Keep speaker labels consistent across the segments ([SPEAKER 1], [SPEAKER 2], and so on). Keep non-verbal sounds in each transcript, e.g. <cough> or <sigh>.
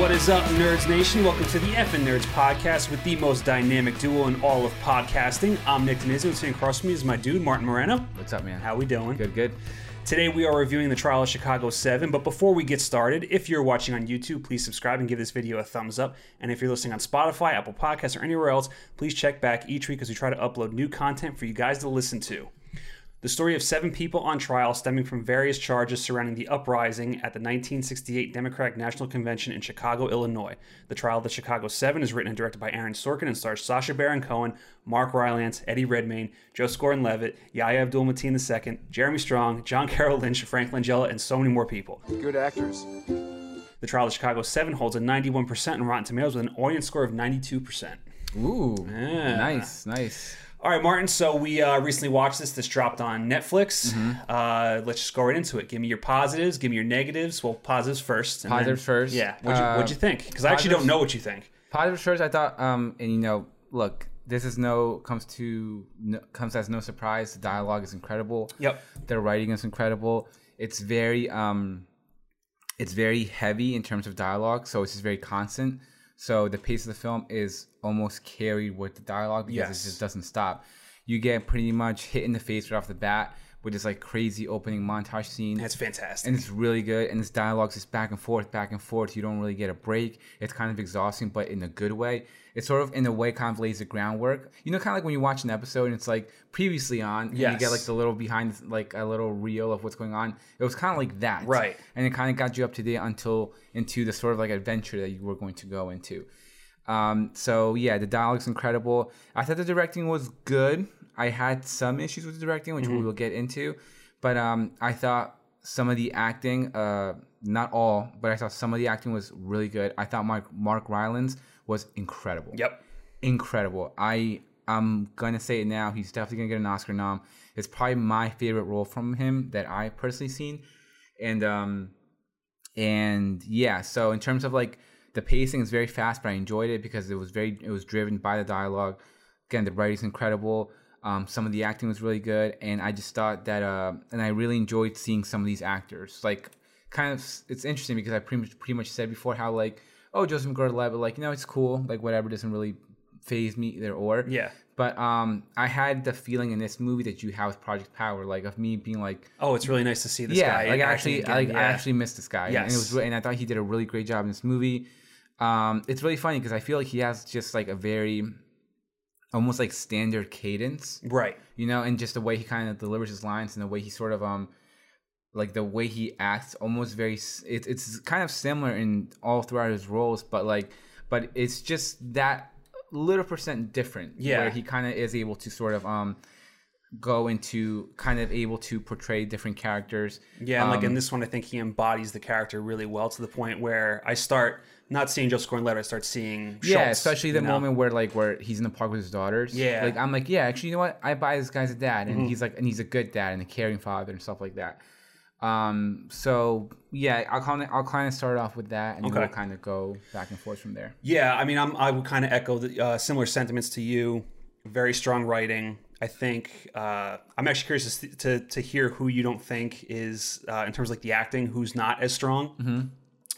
[SPEAKER 1] What is up, Nerds Nation? Welcome to the Effin Nerds podcast with the most dynamic duo in all of podcasting. I'm Nick Denizio, and sitting across from me is my dude, Martin Moreno.
[SPEAKER 2] What's up, man?
[SPEAKER 1] How we doing?
[SPEAKER 2] Good, good.
[SPEAKER 1] Today we are reviewing the trial of Chicago 7, but before we get started, if you're watching on YouTube, please subscribe and give this video a thumbs up. And if you're listening on Spotify, Apple Podcasts, or anywhere else, please check back each week as we try to upload new content for you guys to listen to. The story of seven people on trial stemming from various charges surrounding the uprising at the 1968 Democratic National Convention in Chicago, Illinois. The trial of the Chicago Seven is written and directed by Aaron Sorkin and stars Sasha Baron Cohen, Mark Rylance, Eddie Redmayne, Joseph Gordon-Levitt, Yahya Abdul-Mateen II, Jeremy Strong, John Carroll Lynch, Frank Langella, and so many more people.
[SPEAKER 3] Good actors.
[SPEAKER 1] The trial of Chicago Seven holds a 91% in Rotten Tomatoes with an audience score of 92%.
[SPEAKER 2] Ooh, nice, nice.
[SPEAKER 1] All right, Martin. So we uh, recently watched this. This dropped on Netflix.
[SPEAKER 2] Mm-hmm.
[SPEAKER 1] Uh, let's just go right into it. Give me your positives. Give me your negatives. Well, positives first. and
[SPEAKER 2] Positives first.
[SPEAKER 1] Yeah. What'd you,
[SPEAKER 2] Uh,
[SPEAKER 1] what'd you think? Because I actually don't
[SPEAKER 2] positives-
[SPEAKER 1] know what you think.
[SPEAKER 2] Positive first. I thought, um, and you know, look, this is no comes to no, comes as no surprise. The dialogue is incredible.
[SPEAKER 1] Yep.
[SPEAKER 2] Their writing is incredible. It's very, um, it's very heavy in terms of dialogue, so it's just very constant. So the pace of the film is almost carried with the dialogue because
[SPEAKER 1] Yes.
[SPEAKER 2] it just doesn't stop. You get pretty much hit in the face right off the bat with this like crazy opening montage scene.
[SPEAKER 1] That's fantastic.
[SPEAKER 2] and it's really good. And this dialogue's just back and forth, back and forth. You don't really get a break. It's kind of exhausting, but in a good way. It sort of, in a way, kind of lays the groundwork. You know, kind of like when you watch an episode and it's like previously on, and you
[SPEAKER 1] Yes.
[SPEAKER 2] get like the little behind, like a little reel of what's going on. It was kind of like that,
[SPEAKER 1] Right.
[SPEAKER 2] And it kind of got you up to date until into the sort of like adventure that you were going to go into. Um, so yeah, the dialogue's incredible. I thought the directing was good. I had some issues with the directing, which we will get into, but um, I thought some of the acting, uh, not all, but I thought some of the acting was really good. I thought Mark Mark Rylance was incredible.
[SPEAKER 1] yep.
[SPEAKER 2] incredible. I I'm gonna say it now. He's definitely gonna get an Oscar nom. It's probably my favorite role from him that I personally seen, and um, and yeah so in terms of like the pacing is very fast but i enjoyed it because it was very it was driven by the dialogue again the writing's incredible um, some of the acting was really good and i just thought that uh, and i really enjoyed seeing some of these actors like kind of it's interesting because i pretty much, pretty much said before how like oh joseph gordon-levitt like you know it's cool like whatever doesn't really phase me either or
[SPEAKER 1] Yeah.
[SPEAKER 2] but um i had the feeling in this movie that you have with project power like of me being like
[SPEAKER 1] Oh, it's really nice to see this
[SPEAKER 2] yeah,
[SPEAKER 1] guy.
[SPEAKER 2] like I
[SPEAKER 1] acting
[SPEAKER 2] actually, I,
[SPEAKER 1] again.
[SPEAKER 2] like, I
[SPEAKER 1] Yeah.
[SPEAKER 2] actually missed this guy. and, it
[SPEAKER 1] Yes.
[SPEAKER 2] was, re- and I thought he did a really great job in this movie. Um, it's really funny because I feel like he has just like a very, almost like standard cadence,
[SPEAKER 1] right.
[SPEAKER 2] you know, and just the way he kind of delivers his lines and the way he sort of um, like the way he acts, almost very. s- It, it's kind of similar in all throughout his roles, but like, but it's just that little percent different.
[SPEAKER 1] Yeah.
[SPEAKER 2] where he kind of is able to sort of um. Go into kind of able to portray different characters.
[SPEAKER 1] Yeah, and like
[SPEAKER 2] Um,
[SPEAKER 1] in this one, I think he embodies the character really well to the point where I start not seeing Joseph Gordon-Levitt, I start seeing
[SPEAKER 2] Yeah,
[SPEAKER 1] Schultz,
[SPEAKER 2] especially the
[SPEAKER 1] you know?
[SPEAKER 2] moment where like where he's in the park with his daughters.
[SPEAKER 1] Yeah. Mm-hmm.
[SPEAKER 2] like I'm like, yeah, actually, you know what? I buy this guy's a dad, and he's like, and he's a good dad and a caring father and stuff like that. Um, so yeah, I'll kind of I'll kind of start off with that, and then
[SPEAKER 1] Okay.
[SPEAKER 2] we'll kind of go back and forth from there.
[SPEAKER 1] Yeah, I mean, I'm, I would kind of echo the uh, similar sentiments to you. Very strong writing. I think uh, I'm actually curious to, see- to to hear who you don't think is uh, in terms of like the acting, who's not as strong.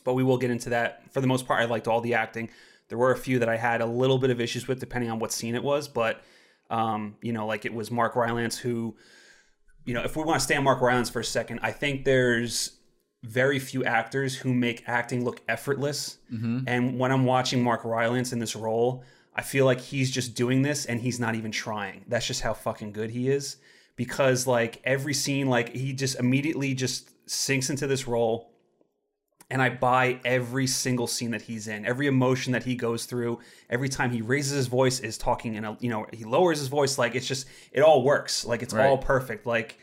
[SPEAKER 1] But we will get into that. For the most part, I liked all the acting. There were a few that I had a little bit of issues with, depending on what scene it was. But um, you know, like it was Mark Rylance who, you know, if we want to stay on Mark Rylance for a second, I think there's very few actors who make acting look effortless. And when I'm watching Mark Rylance in this role, I feel like he's just doing this and he's not even trying. That's just how fucking good he is. Because like every scene, like he just immediately just sinks into this role. And I buy every single scene that he's in, every emotion that he goes through, every time he raises his voice is talking in a you know, he lowers his voice, like it's just it all works. Like it's all perfect. Like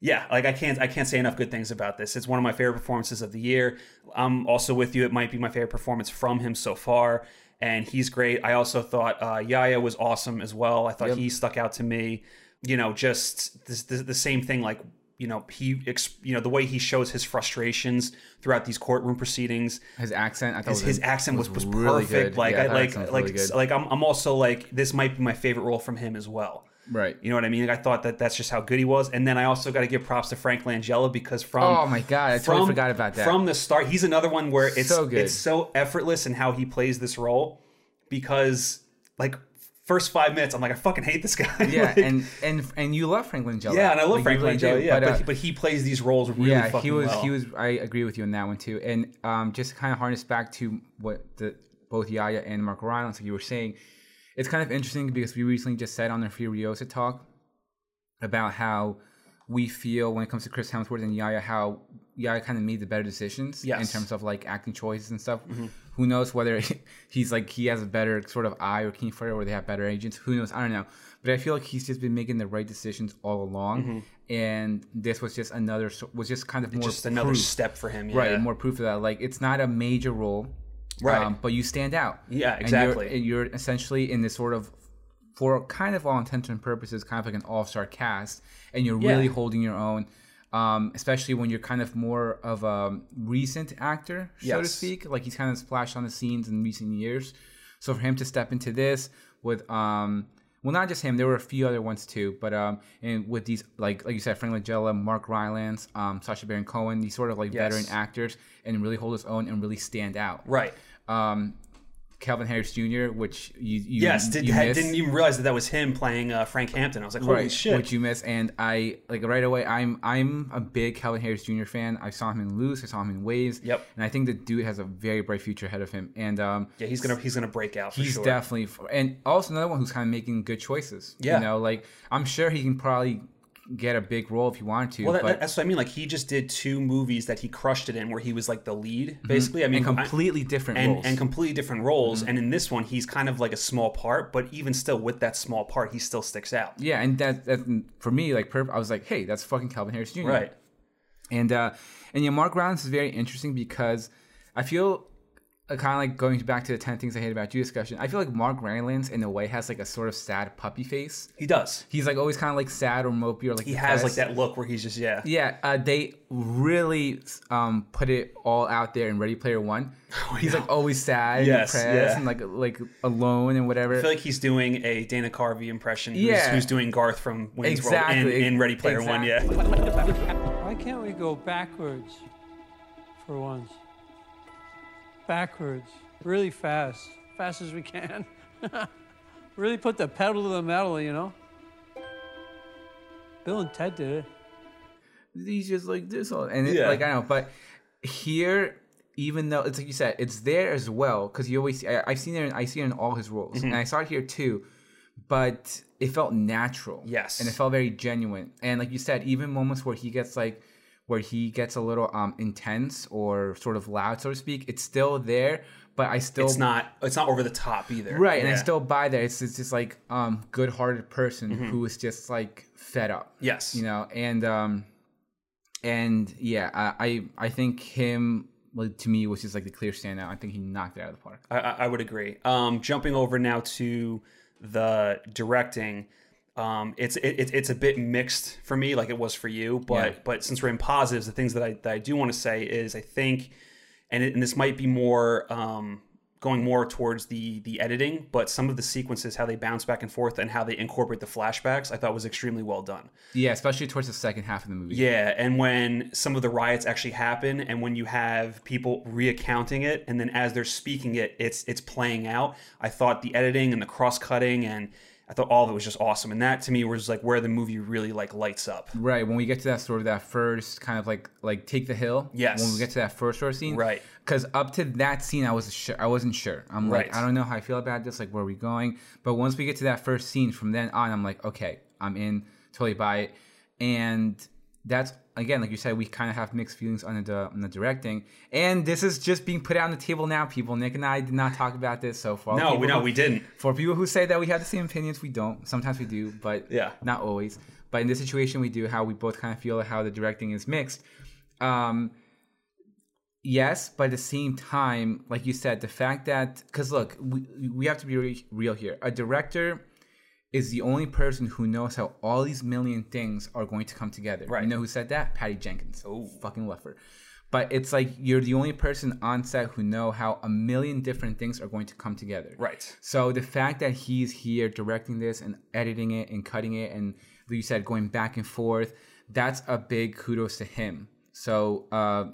[SPEAKER 1] yeah, like I can't I can't say enough good things about this. It's one of my favorite performances of the year. I'm also with you. It might be my favorite performance from him so far, and he's great. I also thought uh, Yaya was awesome as well. I thought he stuck out to me. You know, just this, this, the same thing. Like you know he ex- you know the way he shows his frustrations throughout these courtroom proceedings
[SPEAKER 2] His accent, I thought
[SPEAKER 1] his,
[SPEAKER 2] was,
[SPEAKER 1] his accent was, was
[SPEAKER 2] really
[SPEAKER 1] perfect
[SPEAKER 2] good.
[SPEAKER 1] like
[SPEAKER 2] Yeah, I
[SPEAKER 1] I,
[SPEAKER 2] thought
[SPEAKER 1] like
[SPEAKER 2] accent was
[SPEAKER 1] like
[SPEAKER 2] really good.
[SPEAKER 1] like I'm, I'm also like this might be my favorite role from him as well
[SPEAKER 2] right.
[SPEAKER 1] you know what I mean? Like, I thought that that's just how good he was. And then I also got to give props to Frank Langella because from
[SPEAKER 2] Oh my god, I totally forgot about that.
[SPEAKER 1] From the start, he's another one where it's
[SPEAKER 2] So good.
[SPEAKER 1] it's so effortless in how he plays this role because like first five minutes, I'm like I fucking hate this guy. <laughs>
[SPEAKER 2] yeah,
[SPEAKER 1] Like,
[SPEAKER 2] and and and you love Frank Langella.
[SPEAKER 1] yeah, and I love
[SPEAKER 2] Like, you
[SPEAKER 1] Frank
[SPEAKER 2] really do,
[SPEAKER 1] Langella. Yeah, but,
[SPEAKER 2] uh,
[SPEAKER 1] he, but he plays these roles really
[SPEAKER 2] yeah,
[SPEAKER 1] fucking
[SPEAKER 2] he was
[SPEAKER 1] well.
[SPEAKER 2] he was. I agree with you on that one too. And um, just to kind of harness back to what the both Yaya and Mark Reynolds, like you were saying, it's kind of interesting because we recently just said on the Furiosa talk about how we feel when it comes to Chris Hemsworth and Yaya, how Yaya kind of made the better decisions in
[SPEAKER 1] Yes. Mm-hmm.
[SPEAKER 2] terms of like acting choices and stuff. Who knows whether <laughs> he's like he has a better sort of eye or King Fire or they have better agents. Who knows? I don't know. But I feel like he's just been making the right decisions all along, and this was just another so- was just kind of more
[SPEAKER 1] Mm-hmm. just another
[SPEAKER 2] proof,
[SPEAKER 1] step for him. Yeah.
[SPEAKER 2] right more proof of that. Like it's not a major role, um,
[SPEAKER 1] Right.
[SPEAKER 2] but you stand out.
[SPEAKER 1] Yeah,
[SPEAKER 2] And you're-
[SPEAKER 1] exactly.
[SPEAKER 2] And you're, essentially in this sort of, for kind of all intents and purposes, kind of like an all-star cast, and you're really
[SPEAKER 1] Yeah.
[SPEAKER 2] holding your own. Um, especially when you're kind of more of a recent actor, so to
[SPEAKER 1] Yes.
[SPEAKER 2] speak. Like he's kind of splashed on the scenes in recent years. So for him to step into this with, um, well, not just him. There were a few other ones too, but um, and with these, like like you said, Frank Langella, Mark Rylance, um, Sasha Baron Cohen, these sort of like veteran actors, and really hold his own and really stand out.
[SPEAKER 1] Right.
[SPEAKER 2] Um, Calvin Harris Jr., which you, you
[SPEAKER 1] Yes. Did,
[SPEAKER 2] you
[SPEAKER 1] I
[SPEAKER 2] missed.
[SPEAKER 1] didn't even realize that that was him playing uh, Frank Hampton. I was like, holy
[SPEAKER 2] Right,
[SPEAKER 1] shit.
[SPEAKER 2] Which you miss, and I like right away. I'm I'm a big Calvin Harris Jr. fan. I saw him in Loose. I saw him in Waves.
[SPEAKER 1] Yep.
[SPEAKER 2] And I think the dude has a very bright future ahead of him. And um,
[SPEAKER 1] yeah, he's gonna he's gonna break out. For
[SPEAKER 2] he's
[SPEAKER 1] sure.
[SPEAKER 2] definitely and also another one who's kind of making good choices.
[SPEAKER 1] Yeah.
[SPEAKER 2] You know, like I'm sure he can probably get a big role if he wanted to.
[SPEAKER 1] Well, that,
[SPEAKER 2] but
[SPEAKER 1] that's what I mean. Like he just did two movies that he crushed it in, where he was like the lead, basically. I mean,
[SPEAKER 2] Mm-hmm. and completely different
[SPEAKER 1] I- and,
[SPEAKER 2] roles. Mm-hmm.
[SPEAKER 1] and completely different roles. And in this one, he's kind of like a small part, but even still, with that small part, he still sticks out.
[SPEAKER 2] yeah, and that, that for me, like, perf- I was like, hey, that's fucking Calvin Harris Jr.
[SPEAKER 1] Right.
[SPEAKER 2] And uh, and yeah, Mark Rylance is very interesting because I feel uh, kind of like going back to the ten things I hate about you discussion. I feel like Mark Rylance in a way has like a sort of sad puppy face.
[SPEAKER 1] He does.
[SPEAKER 2] He's like always kind of like sad or mopey or like
[SPEAKER 1] He has like that look where he's just yeah.
[SPEAKER 2] Yeah, uh, they really um, put it all out there in Ready
[SPEAKER 1] <laughs>
[SPEAKER 2] Player One. He's like always sad, and
[SPEAKER 1] Oh, Yes,
[SPEAKER 2] depressed,
[SPEAKER 1] yeah.
[SPEAKER 2] and like like alone and whatever.
[SPEAKER 1] I feel like he's doing a Dana Carvey impression. Who's,
[SPEAKER 2] Yeah.
[SPEAKER 1] who's doing Garth from Wayne's World in,
[SPEAKER 2] Exactly.
[SPEAKER 1] in Ready Player One? Yeah.
[SPEAKER 3] Why can't we go backwards for once? Backwards, really fast, fast as we can. <laughs> really put the pedal to the metal, you know? Bill and Ted did it.
[SPEAKER 2] he's just like this all and it,
[SPEAKER 1] Yeah.
[SPEAKER 2] like I know, but here even though it's like you said, it's there as well because you always I, I've seen it in, I see it in all his roles
[SPEAKER 1] Mm-hmm.
[SPEAKER 2] and I saw it here too, but it felt natural.
[SPEAKER 1] Yes.
[SPEAKER 2] and it felt very genuine. And like you said, even moments where he gets like where he gets a little um intense or sort of loud, so to speak, it's still there. But I still
[SPEAKER 1] It's not. It's not over the top either.
[SPEAKER 2] right, and I
[SPEAKER 1] Yeah.
[SPEAKER 2] still buy that. It's it's just like um good-hearted person
[SPEAKER 1] Mm-hmm.
[SPEAKER 2] who is just like fed up
[SPEAKER 1] Yes.
[SPEAKER 2] you know and um and yeah i i, I think him like, to me was just like the clear standout i think he knocked it out of the park
[SPEAKER 1] I, I I would agree. Um, jumping over now to the directing, um, it's it, it, it's a bit mixed for me, like it was for you. But
[SPEAKER 2] Yeah.
[SPEAKER 1] but since we're in positives, the things that I that I do want to say is I think, and it, and this might be more um, going more towards the the editing, but some of the sequences, how they bounce back and forth, and how they incorporate the flashbacks, I thought was extremely well done.
[SPEAKER 2] yeah especially towards the second half of the movie
[SPEAKER 1] Yeah, and when some of the riots actually happen, and when you have people reaccounting it, and then as they're speaking it, it's it's playing out. I thought the editing and the cross cutting, and I thought all of it was just awesome. And that to me was like where the movie really like lights up.
[SPEAKER 2] right when we get to that sort of that first kind of like like take the hill
[SPEAKER 1] Yes.
[SPEAKER 2] when we get to that first sort of scene
[SPEAKER 1] Right.
[SPEAKER 2] because up to that scene i was sure i wasn't sure i'm like
[SPEAKER 1] Right.
[SPEAKER 2] i don't know how i feel about this like where are we going but once we get to that first scene from then on i'm like okay i'm in totally by it and that's again like you said we kind of have mixed feelings on the on the directing and this is just being put out on the table now people nick and i did not talk about this so far
[SPEAKER 1] No, we no we didn't.
[SPEAKER 2] for people who say that we have the same opinions, we don't. Sometimes we do, but
[SPEAKER 1] Yeah.
[SPEAKER 2] not always. But in this situation, we do. How we both kind of feel how the directing is mixed. Um, yes, but at the same time, like you said, the fact that because look, we we have to be re- real here. A director is the only person who knows how all these million things are going to come together.
[SPEAKER 1] Right.
[SPEAKER 2] You know who said that? Patty Jenkins. Oh, fucking Leffer. But it's like you're the only person on set who know how a million different things are going to come together.
[SPEAKER 1] Right.
[SPEAKER 2] So the fact that he's here directing this and editing it and cutting it and like you said going back and forth, that's a big kudos to him. So uh,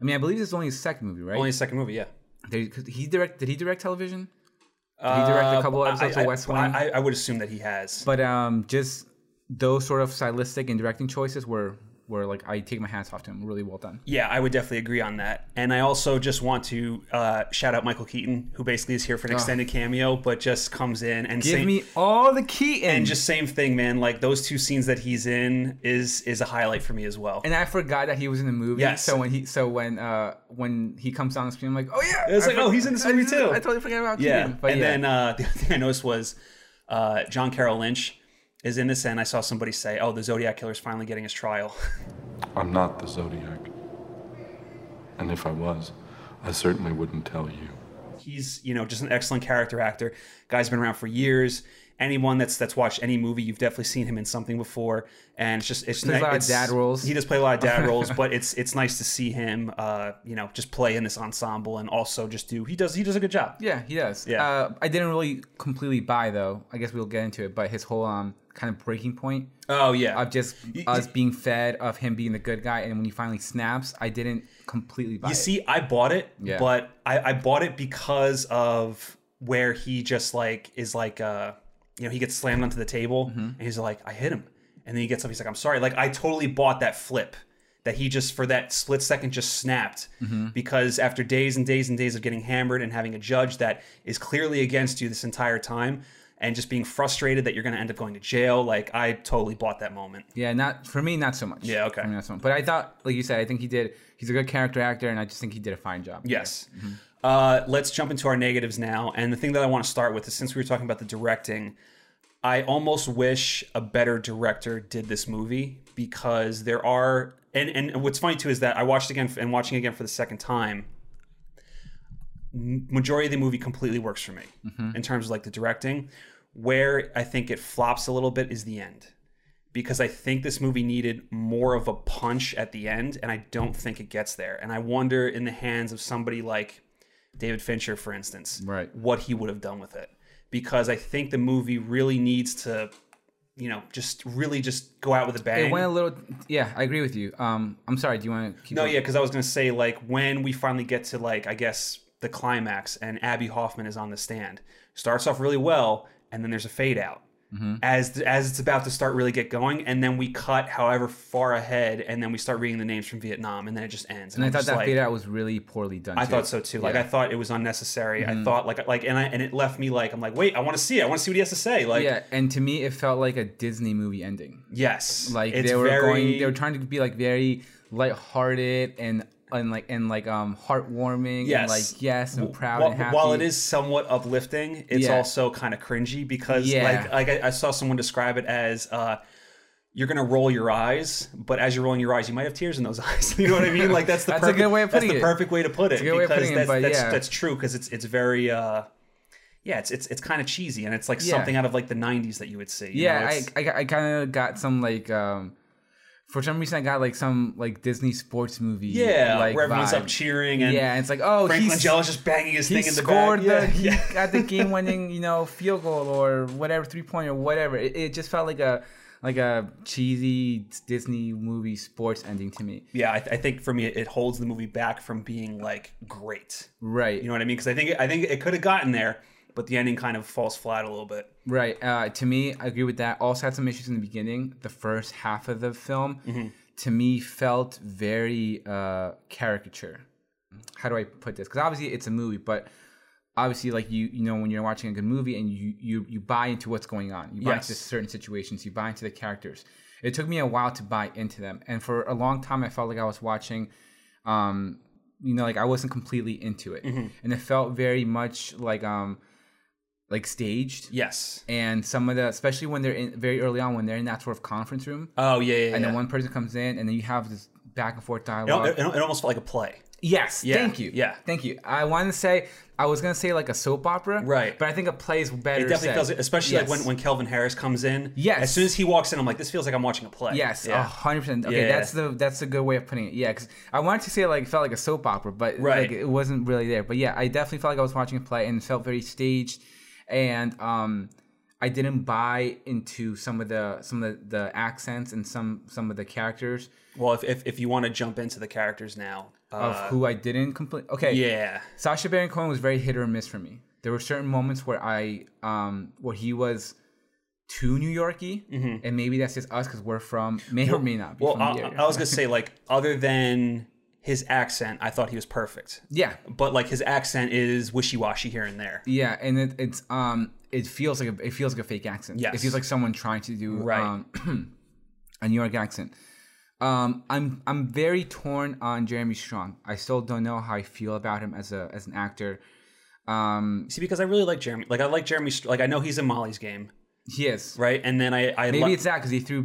[SPEAKER 2] I mean, I believe this is only his second movie, right?
[SPEAKER 1] Only his second movie, yeah.
[SPEAKER 2] Did he- he direct? Did he direct television? Did he direct a couple
[SPEAKER 1] Uh,
[SPEAKER 2] episodes
[SPEAKER 1] I,
[SPEAKER 2] of West
[SPEAKER 1] I,
[SPEAKER 2] Wing?
[SPEAKER 1] I, I would assume that he has.
[SPEAKER 2] but um, just those sort of stylistic and directing choices were were like I take my hats off to him. Really well done.
[SPEAKER 1] Yeah, I would definitely agree on that. And I also just want to uh, shout out Michael Keaton, who basically is here for an extended cameo, but just comes in and
[SPEAKER 2] Give
[SPEAKER 1] same,
[SPEAKER 2] me all the Keaton.
[SPEAKER 1] and just same thing, man. Like those two scenes that he's in is is a highlight for me as well.
[SPEAKER 2] and I forgot that he was in the movie.
[SPEAKER 1] Yes.
[SPEAKER 2] So when he so when uh when he comes on the screen, I'm like, oh yeah.
[SPEAKER 1] It's
[SPEAKER 2] I
[SPEAKER 1] like, oh, he's in this
[SPEAKER 2] I
[SPEAKER 1] movie
[SPEAKER 2] just-
[SPEAKER 1] too.
[SPEAKER 2] I totally forgot about
[SPEAKER 1] yeah.
[SPEAKER 2] Keaton. But
[SPEAKER 1] and
[SPEAKER 2] yeah.
[SPEAKER 1] then uh, <laughs> the other thing I noticed was uh, John Carroll Lynch is in this, and I saw somebody say, "Oh, the Zodiac killer's finally getting his trial." <laughs>
[SPEAKER 4] I'm not the Zodiac. And if I was, I certainly wouldn't tell you.
[SPEAKER 1] he's you know just an excellent character actor. Guy's been around for years. Anyone that's that's watched any movie, you've definitely seen him in something before, and it's just it's
[SPEAKER 2] Plays a lot of
[SPEAKER 1] it's-
[SPEAKER 2] dad roles.
[SPEAKER 1] He does play a lot of
[SPEAKER 2] <laughs>
[SPEAKER 1] dad roles, but it's it's nice to see him, uh, you know, just play in this ensemble and also just do he does he does a good job.
[SPEAKER 2] Yeah, he does.
[SPEAKER 1] Yeah.
[SPEAKER 2] Uh, I didn't really completely buy though. I guess we'll get into it, but his whole um kind of breaking point
[SPEAKER 1] Oh yeah,
[SPEAKER 2] of just
[SPEAKER 1] You-
[SPEAKER 2] us being fed of him being the good guy, and when he finally snaps, I didn't completely buy
[SPEAKER 1] You
[SPEAKER 2] it.
[SPEAKER 1] see, I bought it,
[SPEAKER 2] Yeah.
[SPEAKER 1] but I, I bought it because of where he just like is like uh you know, he gets slammed onto the table and he's like, I hit him. And then he gets up, he's like, I'm sorry. Like I totally bought that flip that he just for that split second just snapped because after days and days and days of getting hammered and having a judge that is clearly against you this entire time and just being frustrated that you're gonna end up going to jail, like I totally bought that moment.
[SPEAKER 2] Yeah, not for me, not so much.
[SPEAKER 1] Yeah, okay.
[SPEAKER 2] For me, not so much. But I thought, like you said, I think he did. He's a good character actor, and I just think he did a fine job.
[SPEAKER 1] Yes. Uh, let's jump into our negatives now. And the thing that I want to start with is since we were talking about the directing, I almost wish a better director did this movie because there are. And, and what's funny too is that I watched again and watching again for the second time. m- Majority of the movie completely works for me
[SPEAKER 2] Mm-hmm.
[SPEAKER 1] in terms of like the directing. Where I think it flops a little bit is the end because I think this movie needed more of a punch at the end, and I don't think it gets there. And I wonder, in the hands of somebody like David Fincher, for instance,
[SPEAKER 2] Right.
[SPEAKER 1] what he would have done with it. Because I think the movie really needs to, you know, just really just go out with a bang.
[SPEAKER 2] It went a little. Yeah, I agree with you. Um, I'm sorry. Do you want to keep?
[SPEAKER 1] No,
[SPEAKER 2] going?
[SPEAKER 1] Oh, yeah, because I was gonna say like when we finally get to like I guess the climax and Abby Hoffman is on the stand. Starts off really well, and then there's a fade out
[SPEAKER 2] Mm-hmm.
[SPEAKER 1] as as it's about to start really get going, and then we cut however far ahead, and then we start reading the names from Vietnam, and then it just ends.
[SPEAKER 2] And I
[SPEAKER 1] I'm
[SPEAKER 2] thought
[SPEAKER 1] just
[SPEAKER 2] that
[SPEAKER 1] like,
[SPEAKER 2] fade out was really poorly done.
[SPEAKER 1] I thought so too. Like I thought it was unnecessary.
[SPEAKER 2] Mm-hmm.
[SPEAKER 1] I thought like like and I and it left me like I'm like wait I want to see it. I want to see what he has to say. Like
[SPEAKER 2] yeah, and to me, it felt like a Disney movie ending.
[SPEAKER 1] yes,
[SPEAKER 2] Like
[SPEAKER 1] it's
[SPEAKER 2] they were
[SPEAKER 1] very,
[SPEAKER 2] going, they were trying to be like very lighthearted and and like and like um heartwarming and
[SPEAKER 1] Yes.
[SPEAKER 2] like yes and proud
[SPEAKER 1] While,
[SPEAKER 2] and happy.
[SPEAKER 1] while it is somewhat uplifting, it's
[SPEAKER 2] Yeah.
[SPEAKER 1] also kind of cringy because,
[SPEAKER 2] Yeah.
[SPEAKER 1] like, like I, I saw someone describe it as uh, you're gonna roll your eyes, but as you're rolling your eyes, you might have tears in those <laughs> eyes. you know what I mean? Like that's the
[SPEAKER 2] That's a
[SPEAKER 1] perfect,
[SPEAKER 2] good way of putting
[SPEAKER 1] that's
[SPEAKER 2] it.
[SPEAKER 1] the perfect way to put it
[SPEAKER 2] a good way of
[SPEAKER 1] because
[SPEAKER 2] putting it,
[SPEAKER 1] that's,
[SPEAKER 2] but
[SPEAKER 1] that's,
[SPEAKER 2] yeah.
[SPEAKER 1] that's true because it's it's very. Uh, yeah, it's it's, it's kind of cheesy and it's like
[SPEAKER 2] Yeah.
[SPEAKER 1] something out of like the '90s that you would see. you know,
[SPEAKER 2] yeah,
[SPEAKER 1] it's-
[SPEAKER 2] I I, I kind of got some like um for some reason I got like some like Disney sports movie.
[SPEAKER 1] yeah,
[SPEAKER 2] like
[SPEAKER 1] where everyone's
[SPEAKER 2] vibe.
[SPEAKER 1] up cheering and
[SPEAKER 2] yeah, and it's like oh
[SPEAKER 1] Frank
[SPEAKER 2] he's-
[SPEAKER 1] Langella's just banging his
[SPEAKER 2] he
[SPEAKER 1] thing in the
[SPEAKER 2] scored
[SPEAKER 1] back.
[SPEAKER 2] the,
[SPEAKER 1] Yeah,
[SPEAKER 2] he
[SPEAKER 1] yeah. <laughs>
[SPEAKER 2] got the game winning you know field goal or whatever three point or whatever it, it just felt like a like a cheesy disney movie sports ending to me
[SPEAKER 1] yeah I, th- I think for me it holds the movie back from being like great
[SPEAKER 2] right
[SPEAKER 1] you know what i mean because i think i think it could have gotten there but the ending kind of falls flat a little bit
[SPEAKER 2] right uh, to me i agree with that also had some issues in the beginning the first half of the film to me felt very uh caricature how do i put this because obviously it's a movie but obviously like you you know when you're watching a good movie and you you you buy into what's going on you buy
[SPEAKER 1] Yes.
[SPEAKER 2] into certain situations you buy into the characters it took me a while to buy into them and for a long time i felt like i was watching um you know like i wasn't completely into it and it felt very much like um like staged
[SPEAKER 1] yes
[SPEAKER 2] and some of the especially when they're in very early on when they're in that sort of conference room
[SPEAKER 1] oh yeah yeah,
[SPEAKER 2] and
[SPEAKER 1] yeah.
[SPEAKER 2] then one person comes in and then you have this back and forth
[SPEAKER 1] it, al-
[SPEAKER 2] dialogue
[SPEAKER 1] it, it almost felt like a play
[SPEAKER 2] Yes,
[SPEAKER 1] Yeah,
[SPEAKER 2] thank you.
[SPEAKER 1] yeah.
[SPEAKER 2] thank you. I want to say I was gonna say like a soap opera,
[SPEAKER 1] Right.
[SPEAKER 2] But I think a play's better.
[SPEAKER 1] It definitely
[SPEAKER 2] said.
[SPEAKER 1] feels, especially
[SPEAKER 2] Yes.
[SPEAKER 1] like when, when Kelvin Harris comes in.
[SPEAKER 2] Yes.
[SPEAKER 1] As soon as he walks in, I'm like, this feels like I'm watching a play.
[SPEAKER 2] Yes, a
[SPEAKER 1] Yeah.
[SPEAKER 2] hundred percent. Okay,
[SPEAKER 1] Yeah.
[SPEAKER 2] that's the that's a good way of putting it. Yeah, because I wanted to say like it felt like a soap opera, but
[SPEAKER 1] Right.
[SPEAKER 2] like it wasn't really there. But yeah, I definitely felt like I was watching a play and it felt very staged, and um, I didn't buy into some of the some of the, the accents and some some of the characters
[SPEAKER 1] Well, if, if, if you want to jump into the characters now,
[SPEAKER 2] of
[SPEAKER 1] uh,
[SPEAKER 2] who I didn't complete. Okay,
[SPEAKER 1] yeah,
[SPEAKER 2] Sasha Baron Cohen was very hit or miss for me. There were certain moments where I, um, where he was too New Yorky, and maybe that's just us because we're from may or may not
[SPEAKER 1] Mm-hmm.
[SPEAKER 2] be
[SPEAKER 1] Well,
[SPEAKER 2] from
[SPEAKER 1] I,
[SPEAKER 2] the area.
[SPEAKER 1] I was gonna say like other than his accent, I thought he was perfect.
[SPEAKER 2] yeah,
[SPEAKER 1] But like his accent is wishy washy here and there.
[SPEAKER 2] yeah, and it, it's um, it feels like a, it feels like a fake accent.
[SPEAKER 1] Yes.
[SPEAKER 2] it feels like someone trying to do
[SPEAKER 1] Right.
[SPEAKER 2] um, <clears throat> a New York accent. Um, I'm I'm very torn on Jeremy Strong. I still don't know how I feel about him as a as an actor. Um,
[SPEAKER 1] See, because I really like Jeremy. Like I like Jeremy. Str- Like I know he's in Molly's game,
[SPEAKER 2] he is
[SPEAKER 1] right? And then I, I
[SPEAKER 2] Maybe
[SPEAKER 1] lo-
[SPEAKER 2] it's that because he threw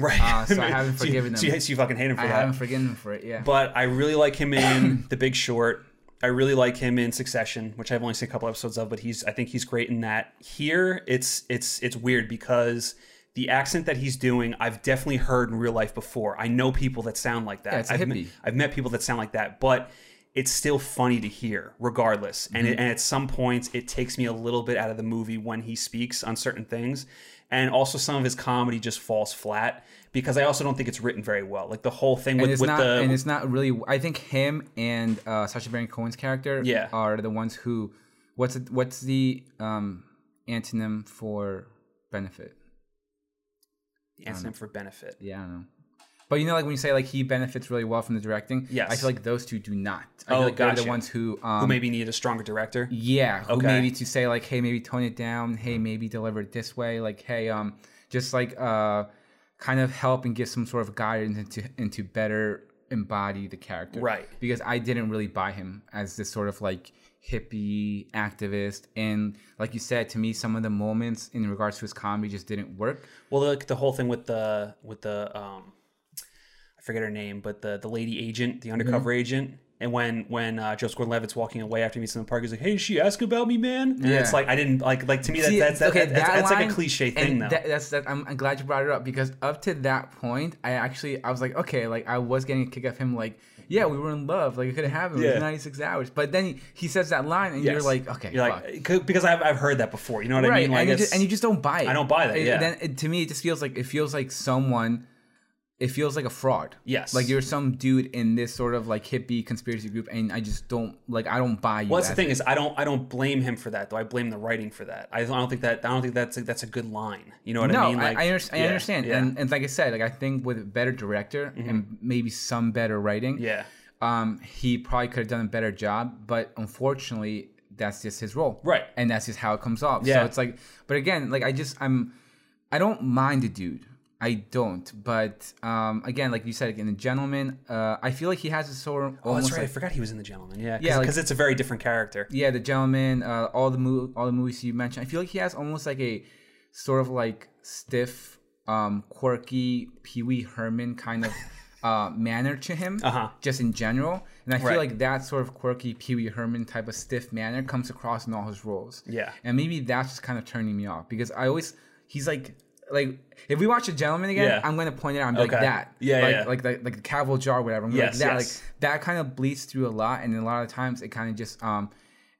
[SPEAKER 1] <laughs> right.
[SPEAKER 2] Uh, so I haven't
[SPEAKER 1] So you-
[SPEAKER 2] forgiven him.
[SPEAKER 1] So you, so you fucking hate him for
[SPEAKER 2] I
[SPEAKER 1] that.
[SPEAKER 2] haven't forgiven him for it. Yeah.
[SPEAKER 1] but I really like him in The Big Short. I really like him in Succession, which I've only seen a couple episodes of, but he's I think he's great in that. Here, it's it's it's weird because the accent that he's doing, I've definitely heard in real life before. I know people that sound like that.
[SPEAKER 2] it's a
[SPEAKER 1] I've, met,
[SPEAKER 2] hippie.
[SPEAKER 1] I've met people that sound like that, but it's still funny to hear, regardless. And
[SPEAKER 2] Mm-hmm.
[SPEAKER 1] it, and at some points, it takes me a little bit out of the movie when he speaks on certain things, and also some of his comedy just falls flat because I also don't think it's written very well. Like the whole thing
[SPEAKER 2] and
[SPEAKER 1] with,
[SPEAKER 2] it's
[SPEAKER 1] with
[SPEAKER 2] not.
[SPEAKER 1] the
[SPEAKER 2] and it's not really. I think him and uh, Sacha Baron Cohen's character
[SPEAKER 1] Yeah.
[SPEAKER 2] are the ones who. What's it, what's the um, antonym for benefit?
[SPEAKER 1] antonym for benefit.
[SPEAKER 2] Um, Yeah, I don't know. But you know, like when you say like he benefits really well from the directing.
[SPEAKER 1] Yes.
[SPEAKER 2] I feel like those two do not. I
[SPEAKER 1] Oh,
[SPEAKER 2] feel like they're
[SPEAKER 1] gotcha.
[SPEAKER 2] the ones who. Um,
[SPEAKER 1] Who maybe needed a stronger director?
[SPEAKER 2] Yeah, who
[SPEAKER 1] Okay.
[SPEAKER 2] maybe to say like, hey, maybe tone it down. Hey, maybe deliver it this way. Like, hey, um, just like uh, kind of help and give some sort of guidance into into better embody the character.
[SPEAKER 1] Right.
[SPEAKER 2] Because I didn't really buy him as this sort of like hippie activist, and like you said to me, some of the moments in regards to his comedy just didn't work.
[SPEAKER 1] Well, like the whole thing with the with the um, I forget her name, but the the lady agent,
[SPEAKER 2] Mm-hmm.
[SPEAKER 1] the undercover agent, and when when uh, Joe Gordon Levitt's walking away after he meets him in the park, he's like, "Hey, did she ask about me, man?" And it's
[SPEAKER 2] Yeah.
[SPEAKER 1] like I didn't like like to me that,
[SPEAKER 2] See,
[SPEAKER 1] that's that,
[SPEAKER 2] okay,
[SPEAKER 1] that's,
[SPEAKER 2] that
[SPEAKER 1] that's like
[SPEAKER 2] line-
[SPEAKER 1] a cliche
[SPEAKER 2] and
[SPEAKER 1] thing though.
[SPEAKER 2] that- that's that. I'm, I'm glad you brought it up because up to that point, I actually I was like, okay, like I was getting a kick of him, like, yeah, we were in love, like it could have happened, it
[SPEAKER 1] Yeah.
[SPEAKER 2] was 96 hours. But then he, he says that line, and you're
[SPEAKER 1] Yes.
[SPEAKER 2] like, okay,
[SPEAKER 1] you're
[SPEAKER 2] fuck.
[SPEAKER 1] like 'cause- because I've, I've heard that before. You know what I
[SPEAKER 2] right?
[SPEAKER 1] mean? Like
[SPEAKER 2] and, you
[SPEAKER 1] it's,
[SPEAKER 2] just, and you just don't buy it.
[SPEAKER 1] I don't buy that,
[SPEAKER 2] It-
[SPEAKER 1] yeah.
[SPEAKER 2] Then it, to me, it just feels like it feels like someone. It feels like a fraud.
[SPEAKER 1] Yes.
[SPEAKER 2] Like you're some dude in this sort of like hippie conspiracy group, and I just don't like I don't buy you.
[SPEAKER 1] well, that's the
[SPEAKER 2] as
[SPEAKER 1] thing is I don't I don't blame him for that though. I blame the writing for that. I don't, I don't think that I don't think that's a, that's a good line. You know what
[SPEAKER 2] no,
[SPEAKER 1] I mean? Like
[SPEAKER 2] I, under- I
[SPEAKER 1] yeah,
[SPEAKER 2] understand,
[SPEAKER 1] yeah, Mm-hmm.
[SPEAKER 2] and and like I said, like I think with a better director and maybe some better writing,
[SPEAKER 1] yeah.
[SPEAKER 2] um, he probably could have done a better job. But unfortunately, that's just his role,
[SPEAKER 1] Right.
[SPEAKER 2] And that's just how it comes off.
[SPEAKER 1] Yeah.
[SPEAKER 2] So it's like, but again, like I just I'm, I don't mind the dude, I don't. But um, again, like you said, like in the gentleman, uh, I feel like he has a sort of
[SPEAKER 1] Oh, that's
[SPEAKER 2] almost
[SPEAKER 1] right.
[SPEAKER 2] like
[SPEAKER 1] I forgot he was in the gentleman. Yeah,
[SPEAKER 2] Yeah, like-
[SPEAKER 1] because it's a very different character.
[SPEAKER 2] yeah, the gentleman, uh, all the mo- all the movies you mentioned. I feel like he has almost like a sort of like stiff, um, quirky Pee Wee Herman kind
[SPEAKER 1] <laughs>
[SPEAKER 2] of uh, manner to him,
[SPEAKER 1] Uh-huh.
[SPEAKER 2] just in general. And I feel
[SPEAKER 1] Right.
[SPEAKER 2] like that sort of quirky Pee Wee Herman type of stiff manner comes across in all his roles.
[SPEAKER 1] Yeah.
[SPEAKER 2] and maybe that's just kind of turning me off because I always he's like. Like if we watch the gentleman again,
[SPEAKER 1] Yeah.
[SPEAKER 2] I'm gonna point it out and be
[SPEAKER 1] Okay.
[SPEAKER 2] like that,
[SPEAKER 1] Yeah,
[SPEAKER 2] like
[SPEAKER 1] yeah.
[SPEAKER 2] like the, like the Cavill jar, whatever. I'm gonna be
[SPEAKER 1] Yes,
[SPEAKER 2] like that,
[SPEAKER 1] yes.
[SPEAKER 2] like that kind of bleeds through a lot and a lot of times it kind of just um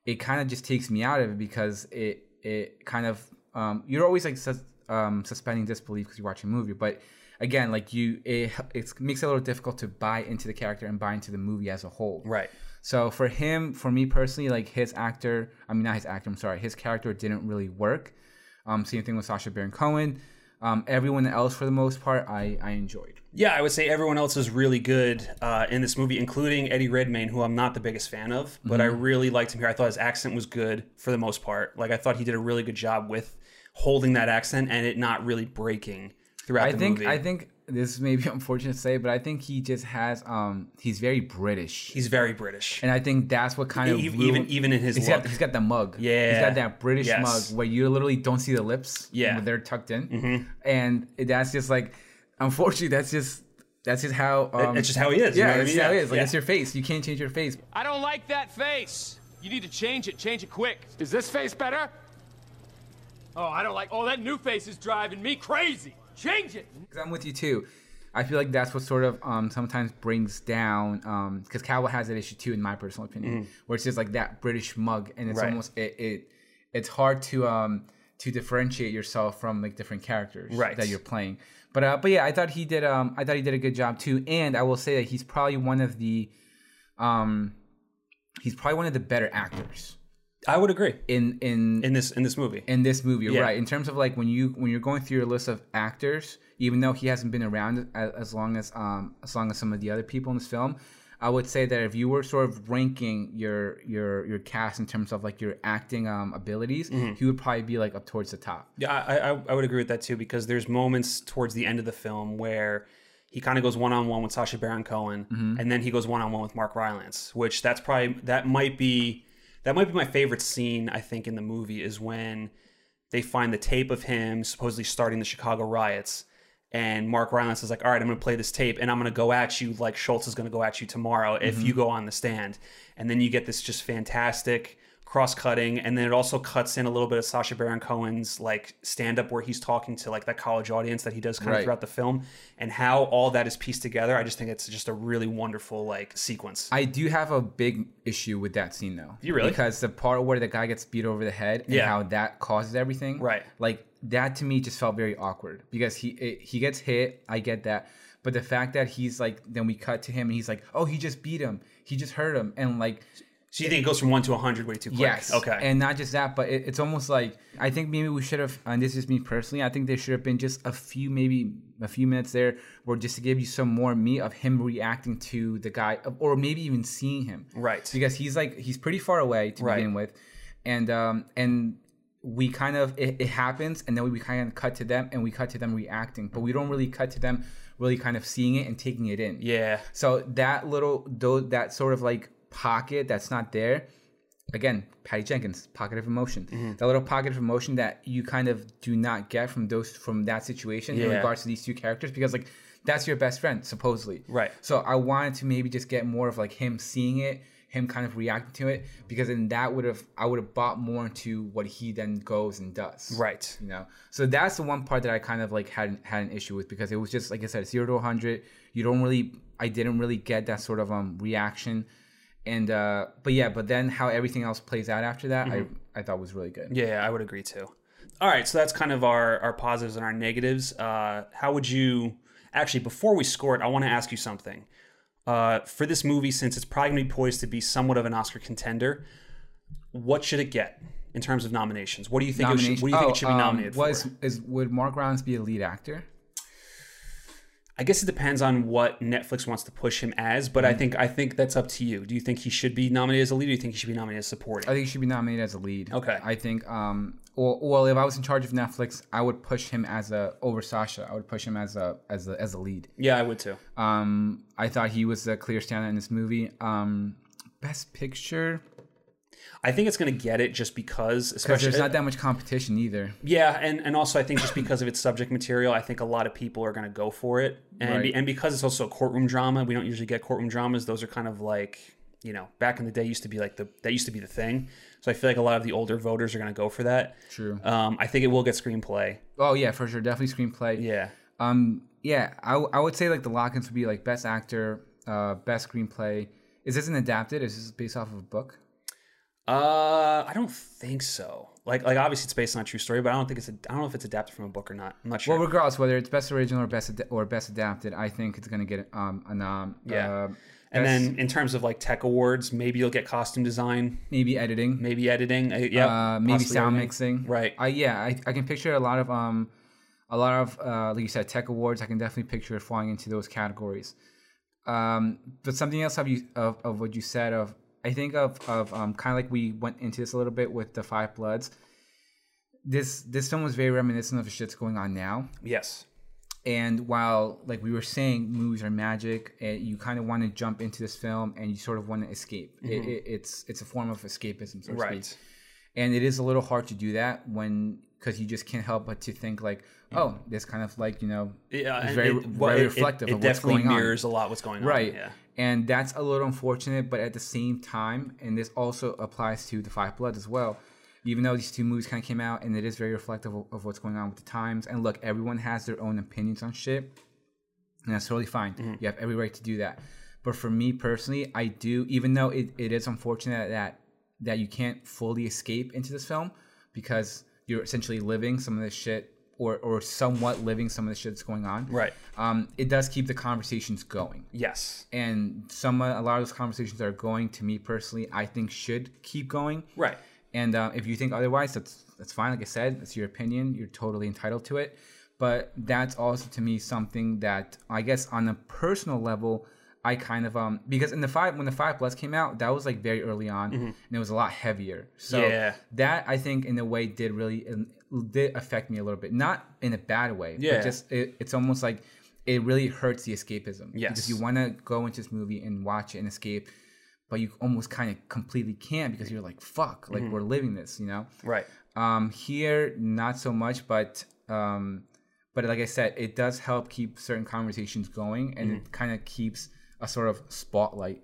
[SPEAKER 2] it kind of just takes me out of it because it it kind of um you're always like sus- um suspending disbelief because you're watching a movie but again like you it it makes it a little difficult to buy into the character and buy into the movie as a whole
[SPEAKER 1] Right.
[SPEAKER 2] so for him for me personally like his actor i mean not his actor i'm sorry his character didn't really work um same thing with sasha baron cohen um everyone else for the most part i i enjoyed
[SPEAKER 1] Yeah, I would say everyone else is really good uh, in this movie, including Eddie Redmayne, who I'm not the biggest fan of, but I really liked him here. I thought his accent was good for the most part. Like I thought he did a really good job with holding that accent and it not really breaking throughout
[SPEAKER 2] I
[SPEAKER 1] the
[SPEAKER 2] think
[SPEAKER 1] movie.
[SPEAKER 2] I think this may be <laughs> unfortunate to say, but I think he just has um he's very British,
[SPEAKER 1] He's very British.
[SPEAKER 2] and I think that's what kind of
[SPEAKER 1] E- even, even
[SPEAKER 2] ruined-
[SPEAKER 1] even in his
[SPEAKER 2] He's
[SPEAKER 1] look.
[SPEAKER 2] got, he's got the mug. He's
[SPEAKER 1] Yeah.
[SPEAKER 2] got that British
[SPEAKER 1] Yes.
[SPEAKER 2] mug where you literally don't see the lips.
[SPEAKER 1] Yeah. Mm-hmm.
[SPEAKER 2] When they're tucked in. And that's just like, unfortunately, that's just, that's just how. Um,
[SPEAKER 1] That's just how he is. you
[SPEAKER 2] yeah,
[SPEAKER 1] know what I
[SPEAKER 2] that's
[SPEAKER 1] mean?
[SPEAKER 2] how it is. Like
[SPEAKER 1] yeah.
[SPEAKER 2] that's your face. You can't change your face.
[SPEAKER 5] I don't like that face. You need to change it. Change it quick. Is this face better? Oh, I don't like. Oh, that new face is driving me crazy. Change it.
[SPEAKER 2] 'Cause I'm with you too. I feel like that's what sort of um, sometimes brings down because Cowell has that issue too, in my personal opinion, where it's just like that British mug, and it's
[SPEAKER 1] Mm-hmm. Right.
[SPEAKER 2] almost it, it it's hard to um to differentiate yourself from like different characters
[SPEAKER 1] Right.
[SPEAKER 2] that you're playing. But uh, but yeah, I thought he did um I thought he did a good job too, and I will say that he's probably one of the um he's probably one of the better actors
[SPEAKER 1] I would agree
[SPEAKER 2] in in
[SPEAKER 1] in this in this movie.
[SPEAKER 2] in this movie,
[SPEAKER 1] Yeah.
[SPEAKER 2] right? In terms of like when you when you're going through your list of actors, even though he hasn't been around as, as long as um as long as some of the other people in this film, I would say that if you were sort of ranking your your your cast in terms of like your acting um abilities, he would probably be like up towards the top.
[SPEAKER 1] Yeah, I, I I would agree with that too because there's moments towards the end of the film where he kind of goes one on one with Sasha Baron Cohen, and then he goes one on one with Mark Rylance, which that's probably that might be that might be my favorite scene I think in the movie is when they find the tape of him supposedly starting the Chicago riots. And Mark Rylance is like, all right, I'm going to play this tape and I'm going to go at you like Schultz is going to go at you tomorrow
[SPEAKER 2] Mm-hmm.
[SPEAKER 1] if you go on the stand. And then you get this just fantastic cross cutting. And then it also cuts in a little bit of Sasha Baron Cohen's like stand up where he's talking to like that college audience that he does kind
[SPEAKER 2] Right.
[SPEAKER 1] of throughout the film and how all that is pieced together. I just think it's just a really wonderful like sequence.
[SPEAKER 2] I do have a big issue with that scene though.
[SPEAKER 1] You really?
[SPEAKER 2] Because the part where the guy gets beat over the head and
[SPEAKER 1] Yeah.
[SPEAKER 2] how that causes everything.
[SPEAKER 1] Right.
[SPEAKER 2] Like that to me just felt very awkward because he it, he gets hit. I get that, but the fact that he's like then we cut to him and he's like, oh, he just beat him. He just hurt him, and like
[SPEAKER 1] so you think it goes from one to 100 way too quick?
[SPEAKER 2] Yes.
[SPEAKER 1] Okay.
[SPEAKER 2] And not just that, but it, it's almost like I think maybe we should have, and this is me personally, I think there should have been just a few, maybe a few minutes there, where just to give you some more me of him reacting to the guy, or maybe even seeing him.
[SPEAKER 1] Right.
[SPEAKER 2] Because he's like he's pretty far away to
[SPEAKER 1] Right.
[SPEAKER 2] begin with, and um and we kind of it, it happens and then we kind of cut to them and we cut to them reacting but we don't really cut to them really kind of seeing it and taking it in
[SPEAKER 1] yeah.
[SPEAKER 2] so that little though that sort of like pocket that's not there. Again, Patty Jenkins, pocket of emotion.
[SPEAKER 1] Mm-hmm.
[SPEAKER 2] That little pocket of emotion that you kind of do not get from those from that situation in
[SPEAKER 1] Yeah.
[SPEAKER 2] regards to these two characters because like that's your best friend supposedly.
[SPEAKER 1] Right.
[SPEAKER 2] So I wanted to maybe just get more of like him seeing it, him kind of reacting to it because then that would have I would have bought more into what he then goes and does
[SPEAKER 1] Right.
[SPEAKER 2] you know so that's the one part that i kind of like had an, had an issue with because it was just like i said 0 to 100 you don't really i didn't really get that sort of um reaction and uh but yeah but then how everything else plays out after that
[SPEAKER 1] Mm-hmm.
[SPEAKER 2] i i thought was really good
[SPEAKER 1] Yeah, I would agree too. All right, so that's kind of our our positives and our negatives. Uh, how would you actually? Before we score it, I want to ask you something. Uh, for this movie, since it's probably going to be poised to be somewhat of an Oscar contender, what should it get in terms of nominations? What do you think? It should, what do you think it should be nominated
[SPEAKER 2] Oh, um, was
[SPEAKER 1] for?
[SPEAKER 2] is would mark rylance be a lead actor
[SPEAKER 1] I guess it depends on what Netflix wants to push him as, but I
[SPEAKER 2] Mm-hmm.
[SPEAKER 1] think I think that's up to you. Do you think he should be nominated as a lead? Or do you think he should be nominated as supporting?
[SPEAKER 2] I think he should be nominated as a lead.
[SPEAKER 1] Okay.
[SPEAKER 2] I think um well, well if I was in charge of Netflix, I would push him as a over Sasha. I would push him as a as a as a lead.
[SPEAKER 1] yeah, I would too.
[SPEAKER 2] Um, I thought he was the clear standout in this movie. Um, best picture
[SPEAKER 1] I think it's going to get it just because,
[SPEAKER 2] because
[SPEAKER 1] especially
[SPEAKER 2] there's not that much competition either.
[SPEAKER 1] Yeah, and, and also I think just because of its subject material, I think a lot of people are going to go for it, and be,
[SPEAKER 2] Right.
[SPEAKER 1] and because it's also a courtroom drama, we don't usually get courtroom dramas. Those are kind of like you know back in the day used to be like the that used to be the thing. So I feel like a lot of the older voters are going to go for that.
[SPEAKER 2] True.
[SPEAKER 1] Um, I think it will get screenplay.
[SPEAKER 2] Oh yeah, for sure, definitely screenplay.
[SPEAKER 1] Yeah,
[SPEAKER 2] Um, yeah, I, w- I would say like the Lockins would be like best actor, uh, best screenplay. Is this an adapted? Is this based off of a book?
[SPEAKER 1] uh, I don't think so. Like like obviously it's based on a true story, but I don't think it's a, I don't know if it's adapted from a book or not. I'm not sure.
[SPEAKER 2] Well, regardless whether it's best original or best ad- or best adapted, I think it's gonna get um a nom.
[SPEAKER 1] Yeah.
[SPEAKER 2] uh,
[SPEAKER 1] and
[SPEAKER 2] best-
[SPEAKER 1] then in terms of like tech awards, maybe you'll get costume design,
[SPEAKER 2] maybe editing.
[SPEAKER 1] maybe editing. Uh, yeah,
[SPEAKER 2] uh, maybe
[SPEAKER 1] possibly
[SPEAKER 2] sound
[SPEAKER 1] editing.
[SPEAKER 2] mixing.
[SPEAKER 1] Right.
[SPEAKER 2] I yeah, I, I can picture a lot of um a lot of uh like you said, tech awards, I can definitely picture it falling into those categories. Um but something else have you of, of what you said of I think of of um kinda like we went into this a little bit with the five bloods. This this film was very reminiscent of the shit's going on now.
[SPEAKER 1] Yes.
[SPEAKER 2] And while, like we were saying, movies are magic, and you kind of want to jump into this film and you sort of want to escape. It, it, it's it's a form of escapism, so to speak
[SPEAKER 1] Mm-hmm. Right.
[SPEAKER 2] and it is a little hard to do that when because you just can't help but to think like, oh, this kind of like you know,
[SPEAKER 1] Mm-hmm. Yeah,
[SPEAKER 2] it's
[SPEAKER 1] and
[SPEAKER 2] very
[SPEAKER 1] it- well,
[SPEAKER 2] very
[SPEAKER 1] it- it-
[SPEAKER 2] reflective
[SPEAKER 1] It,
[SPEAKER 2] of what's
[SPEAKER 1] definitely
[SPEAKER 2] going on.
[SPEAKER 1] mirrors a lot what's going on.
[SPEAKER 2] Right.
[SPEAKER 1] Yeah.
[SPEAKER 2] And that's a little unfortunate, but at the same time, and this also applies to The Five Bloods as well, even though these two movies kind of came out and it is very reflective of, of what's going on with the times. And look, everyone has their own opinions on shit, and that's totally fine.
[SPEAKER 1] Mm-hmm.
[SPEAKER 2] You have every right to do that. But for me personally, I do, even though it, it is unfortunate that that you can't fully escape into this film because you're essentially living some of this shit or, or somewhat living some of the shit that's going on.
[SPEAKER 1] Right.
[SPEAKER 2] Um, it does keep the conversations going
[SPEAKER 1] Yes.
[SPEAKER 2] and some a lot of those conversations are going to me personally i think should keep going
[SPEAKER 1] Right.
[SPEAKER 2] and uh, if you think otherwise that's that's fine like i said it's your opinion you're totally entitled to it but that's also to me something that i guess on a personal level i kind of um because in the five when the five bloods came out that was like very early on and it was a lot heavier so
[SPEAKER 1] Mm-hmm. Yeah.
[SPEAKER 2] that i think in a way did really um, did affect me a little bit not in a bad way
[SPEAKER 1] Yeah.
[SPEAKER 2] but just it, it's almost like it really hurts the escapism
[SPEAKER 1] Yes.
[SPEAKER 2] because you want to go into this movie and watch it and escape, but you almost kind of completely can't because you're like, fuck, like we're living this, you know?
[SPEAKER 1] Mm-hmm. Right.
[SPEAKER 2] Um, here, not so much, but um, but like I said, it does help keep certain conversations going, and
[SPEAKER 1] Mm-hmm.
[SPEAKER 2] it kind of keeps a sort of spotlight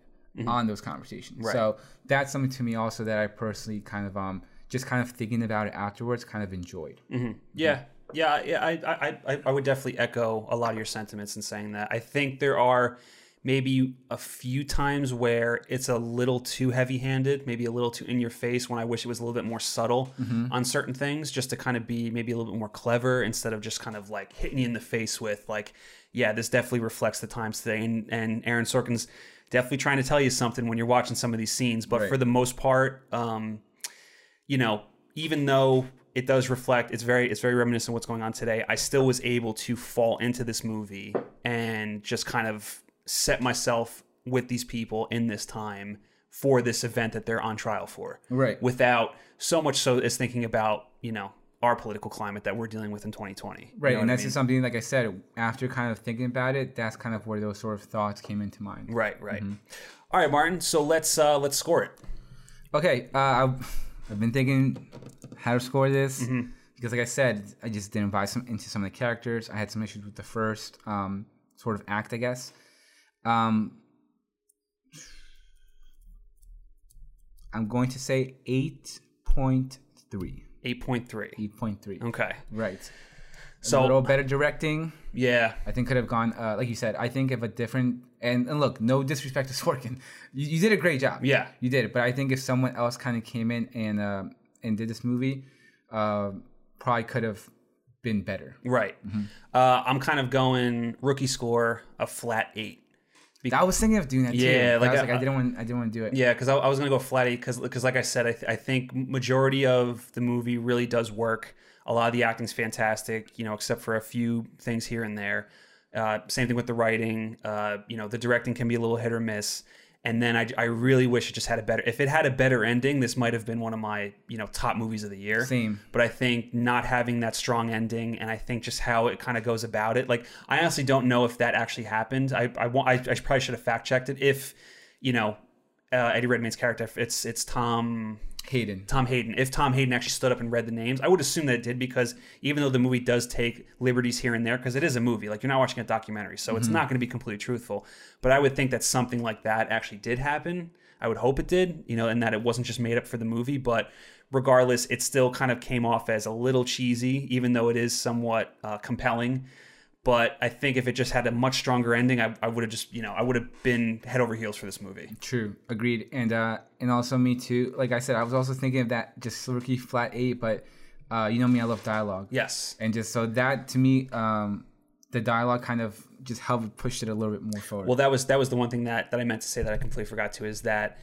[SPEAKER 2] on those conversations. So that's something to me also that I personally kind of um just kind of thinking about it afterwards, kind of enjoyed.
[SPEAKER 1] Mm-hmm. Yeah, yeah, yeah. I, I, I, I would definitely echo a lot of your sentiments in saying that. I think there are maybe a few times where it's a little too heavy-handed, maybe a little too in your face. When I wish it was a little bit more subtle on certain things, just to kind of be maybe a little bit more clever instead of just kind of like hitting you in the face with like, yeah, this definitely reflects the times today. And and Aaron Sorkin's definitely trying to tell you something when you're watching some of these scenes. But for the most part, um, you know, even though it does reflect, it's very it's very reminiscent of what's going on today. I still was able to fall into this movie and just kind of set myself with these people in this time for this event that they're on trial for.
[SPEAKER 2] Right.
[SPEAKER 1] Without so much so as thinking about, you know, our political climate that we're dealing with in 2020. You
[SPEAKER 2] Right,
[SPEAKER 1] know
[SPEAKER 2] and
[SPEAKER 1] what I
[SPEAKER 2] that's
[SPEAKER 1] mean?
[SPEAKER 2] just something like I said. After kind of thinking about it, that's kind of where those sort of thoughts came into mind.
[SPEAKER 1] Right, right.
[SPEAKER 2] Mm-hmm.
[SPEAKER 1] All right, Martin, so let's uh let's score it.
[SPEAKER 2] Okay, uh, I've, I've been thinking how to score this
[SPEAKER 1] Mm-hmm.
[SPEAKER 2] because, like I said, I just didn't buy some into some of the characters. I had some issues with the first um, sort of act, I guess. Um, I'm going to say eight point three.
[SPEAKER 1] 8.3.
[SPEAKER 2] Eight point three.
[SPEAKER 1] Okay.
[SPEAKER 2] Right. a little
[SPEAKER 1] So
[SPEAKER 2] better directing.
[SPEAKER 1] yeah,
[SPEAKER 2] I think could have gone uh, like you said. I think if a different and, and look, no disrespect to Sorkin, you, you did a great job.
[SPEAKER 1] Yeah.
[SPEAKER 2] you did. But I think if someone else kind of came in and uh, and did this movie, uh, probably could have been better.
[SPEAKER 1] Right. Uh, I'm kind of going rookie score a flat eight.
[SPEAKER 2] I was thinking of doing that too.
[SPEAKER 1] Yeah,
[SPEAKER 2] but
[SPEAKER 1] like,
[SPEAKER 2] I was like,
[SPEAKER 1] uh,
[SPEAKER 2] I didn't want, I didn't want to do it.
[SPEAKER 1] Yeah, because I, I was gonna go flat eight because like I said, I, th- I think majority of the movie really does work. A lot of the acting's fantastic, you know, except for a few things here and there. Uh, same thing with the writing. Uh, you know, the directing can be a little hit or miss. And then I, I really wish it just had a better. If it had a better ending, this might have been one of my you know top movies of the year.
[SPEAKER 2] Same.
[SPEAKER 1] But I think not having that strong ending, and I think just how it kind of goes about it. Like I honestly don't know if that actually happened. I I, wa- I, I probably should have fact checked it. If you know uh, Eddie Redmayne's character. if It's it's Tom
[SPEAKER 2] Hayden.
[SPEAKER 1] Tom Hayden. If Tom Hayden actually stood up and read the names, I would assume that it did because even though the movie does take liberties here and there, because it is a movie, like you're not watching a documentary, so it's not going to be completely truthful. But I would think that something like that actually did happen. I would hope it did, you know, and that it wasn't just made up for the movie. But regardless, it still kind of came off as a little cheesy, even though it is somewhat uh, compelling. But I think if it just had a much stronger ending, I, I would have just, you know, I would have been head over heels for this movie.
[SPEAKER 2] True, agreed, and uh, and also me too. Like I said, I was also thinking of that just rookie flat eight, but uh, you know me, I love dialogue.
[SPEAKER 1] Yes.
[SPEAKER 2] and just so that to me, um, the dialogue kind of just helped push it a little bit more forward.
[SPEAKER 1] Well, that was that was the one thing that that I meant to say that I completely forgot to is that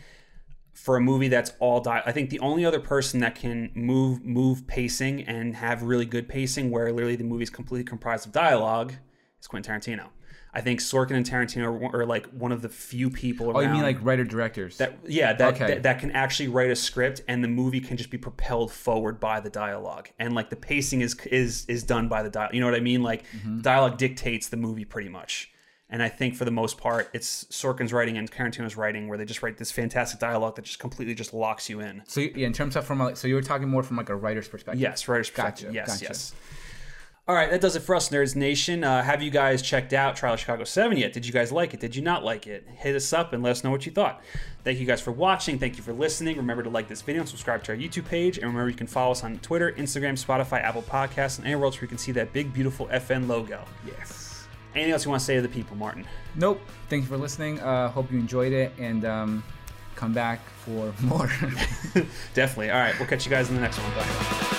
[SPEAKER 1] for a movie that's all di- I think the only other person that can move move pacing and have really good pacing where literally the movie's completely comprised of dialogue is Quentin Tarantino. I think Sorkin and Tarantino are, one- are like one of the few people.
[SPEAKER 2] Oh,
[SPEAKER 1] around
[SPEAKER 2] you mean like writer directors?
[SPEAKER 1] that? Yeah, that,
[SPEAKER 2] Okay.
[SPEAKER 1] that that can actually write a script and the movie can just be propelled forward by the dialogue and like the pacing is is is done by the dialogue. You know what I mean? Like dialogue dictates the movie pretty much. And I think for the most part, it's Sorkin's writing and Tarantino's writing where they just write this fantastic dialogue that just completely just locks you in.
[SPEAKER 2] So you- yeah, in terms of from a, so you were talking more from like a writer's perspective.
[SPEAKER 1] Yes, writer's perspective.
[SPEAKER 2] Gotcha,
[SPEAKER 1] yes,
[SPEAKER 2] gotcha.
[SPEAKER 1] yes. All right, that does it for us, Nerds Nation. Uh, have you guys checked out Trial of Chicago 7 yet? Did you guys like it? Did you not like it? Hit us up and let us know what you thought. Thank you guys for watching. Thank you for listening. Remember to like this video and subscribe to our YouTube page. And remember, you can follow us on Twitter, Instagram, Spotify, Apple Podcasts, and anywhere else where you can see that big, beautiful FN logo.
[SPEAKER 2] Yes.
[SPEAKER 1] Anything else you want to say to the people, Martin? <laughs>
[SPEAKER 2] Nope. Thank you for listening. Uh, hope you enjoyed it and um, come back for <laughs> more.
[SPEAKER 1] Definitely. All right, we'll catch you guys in the next one. Bye.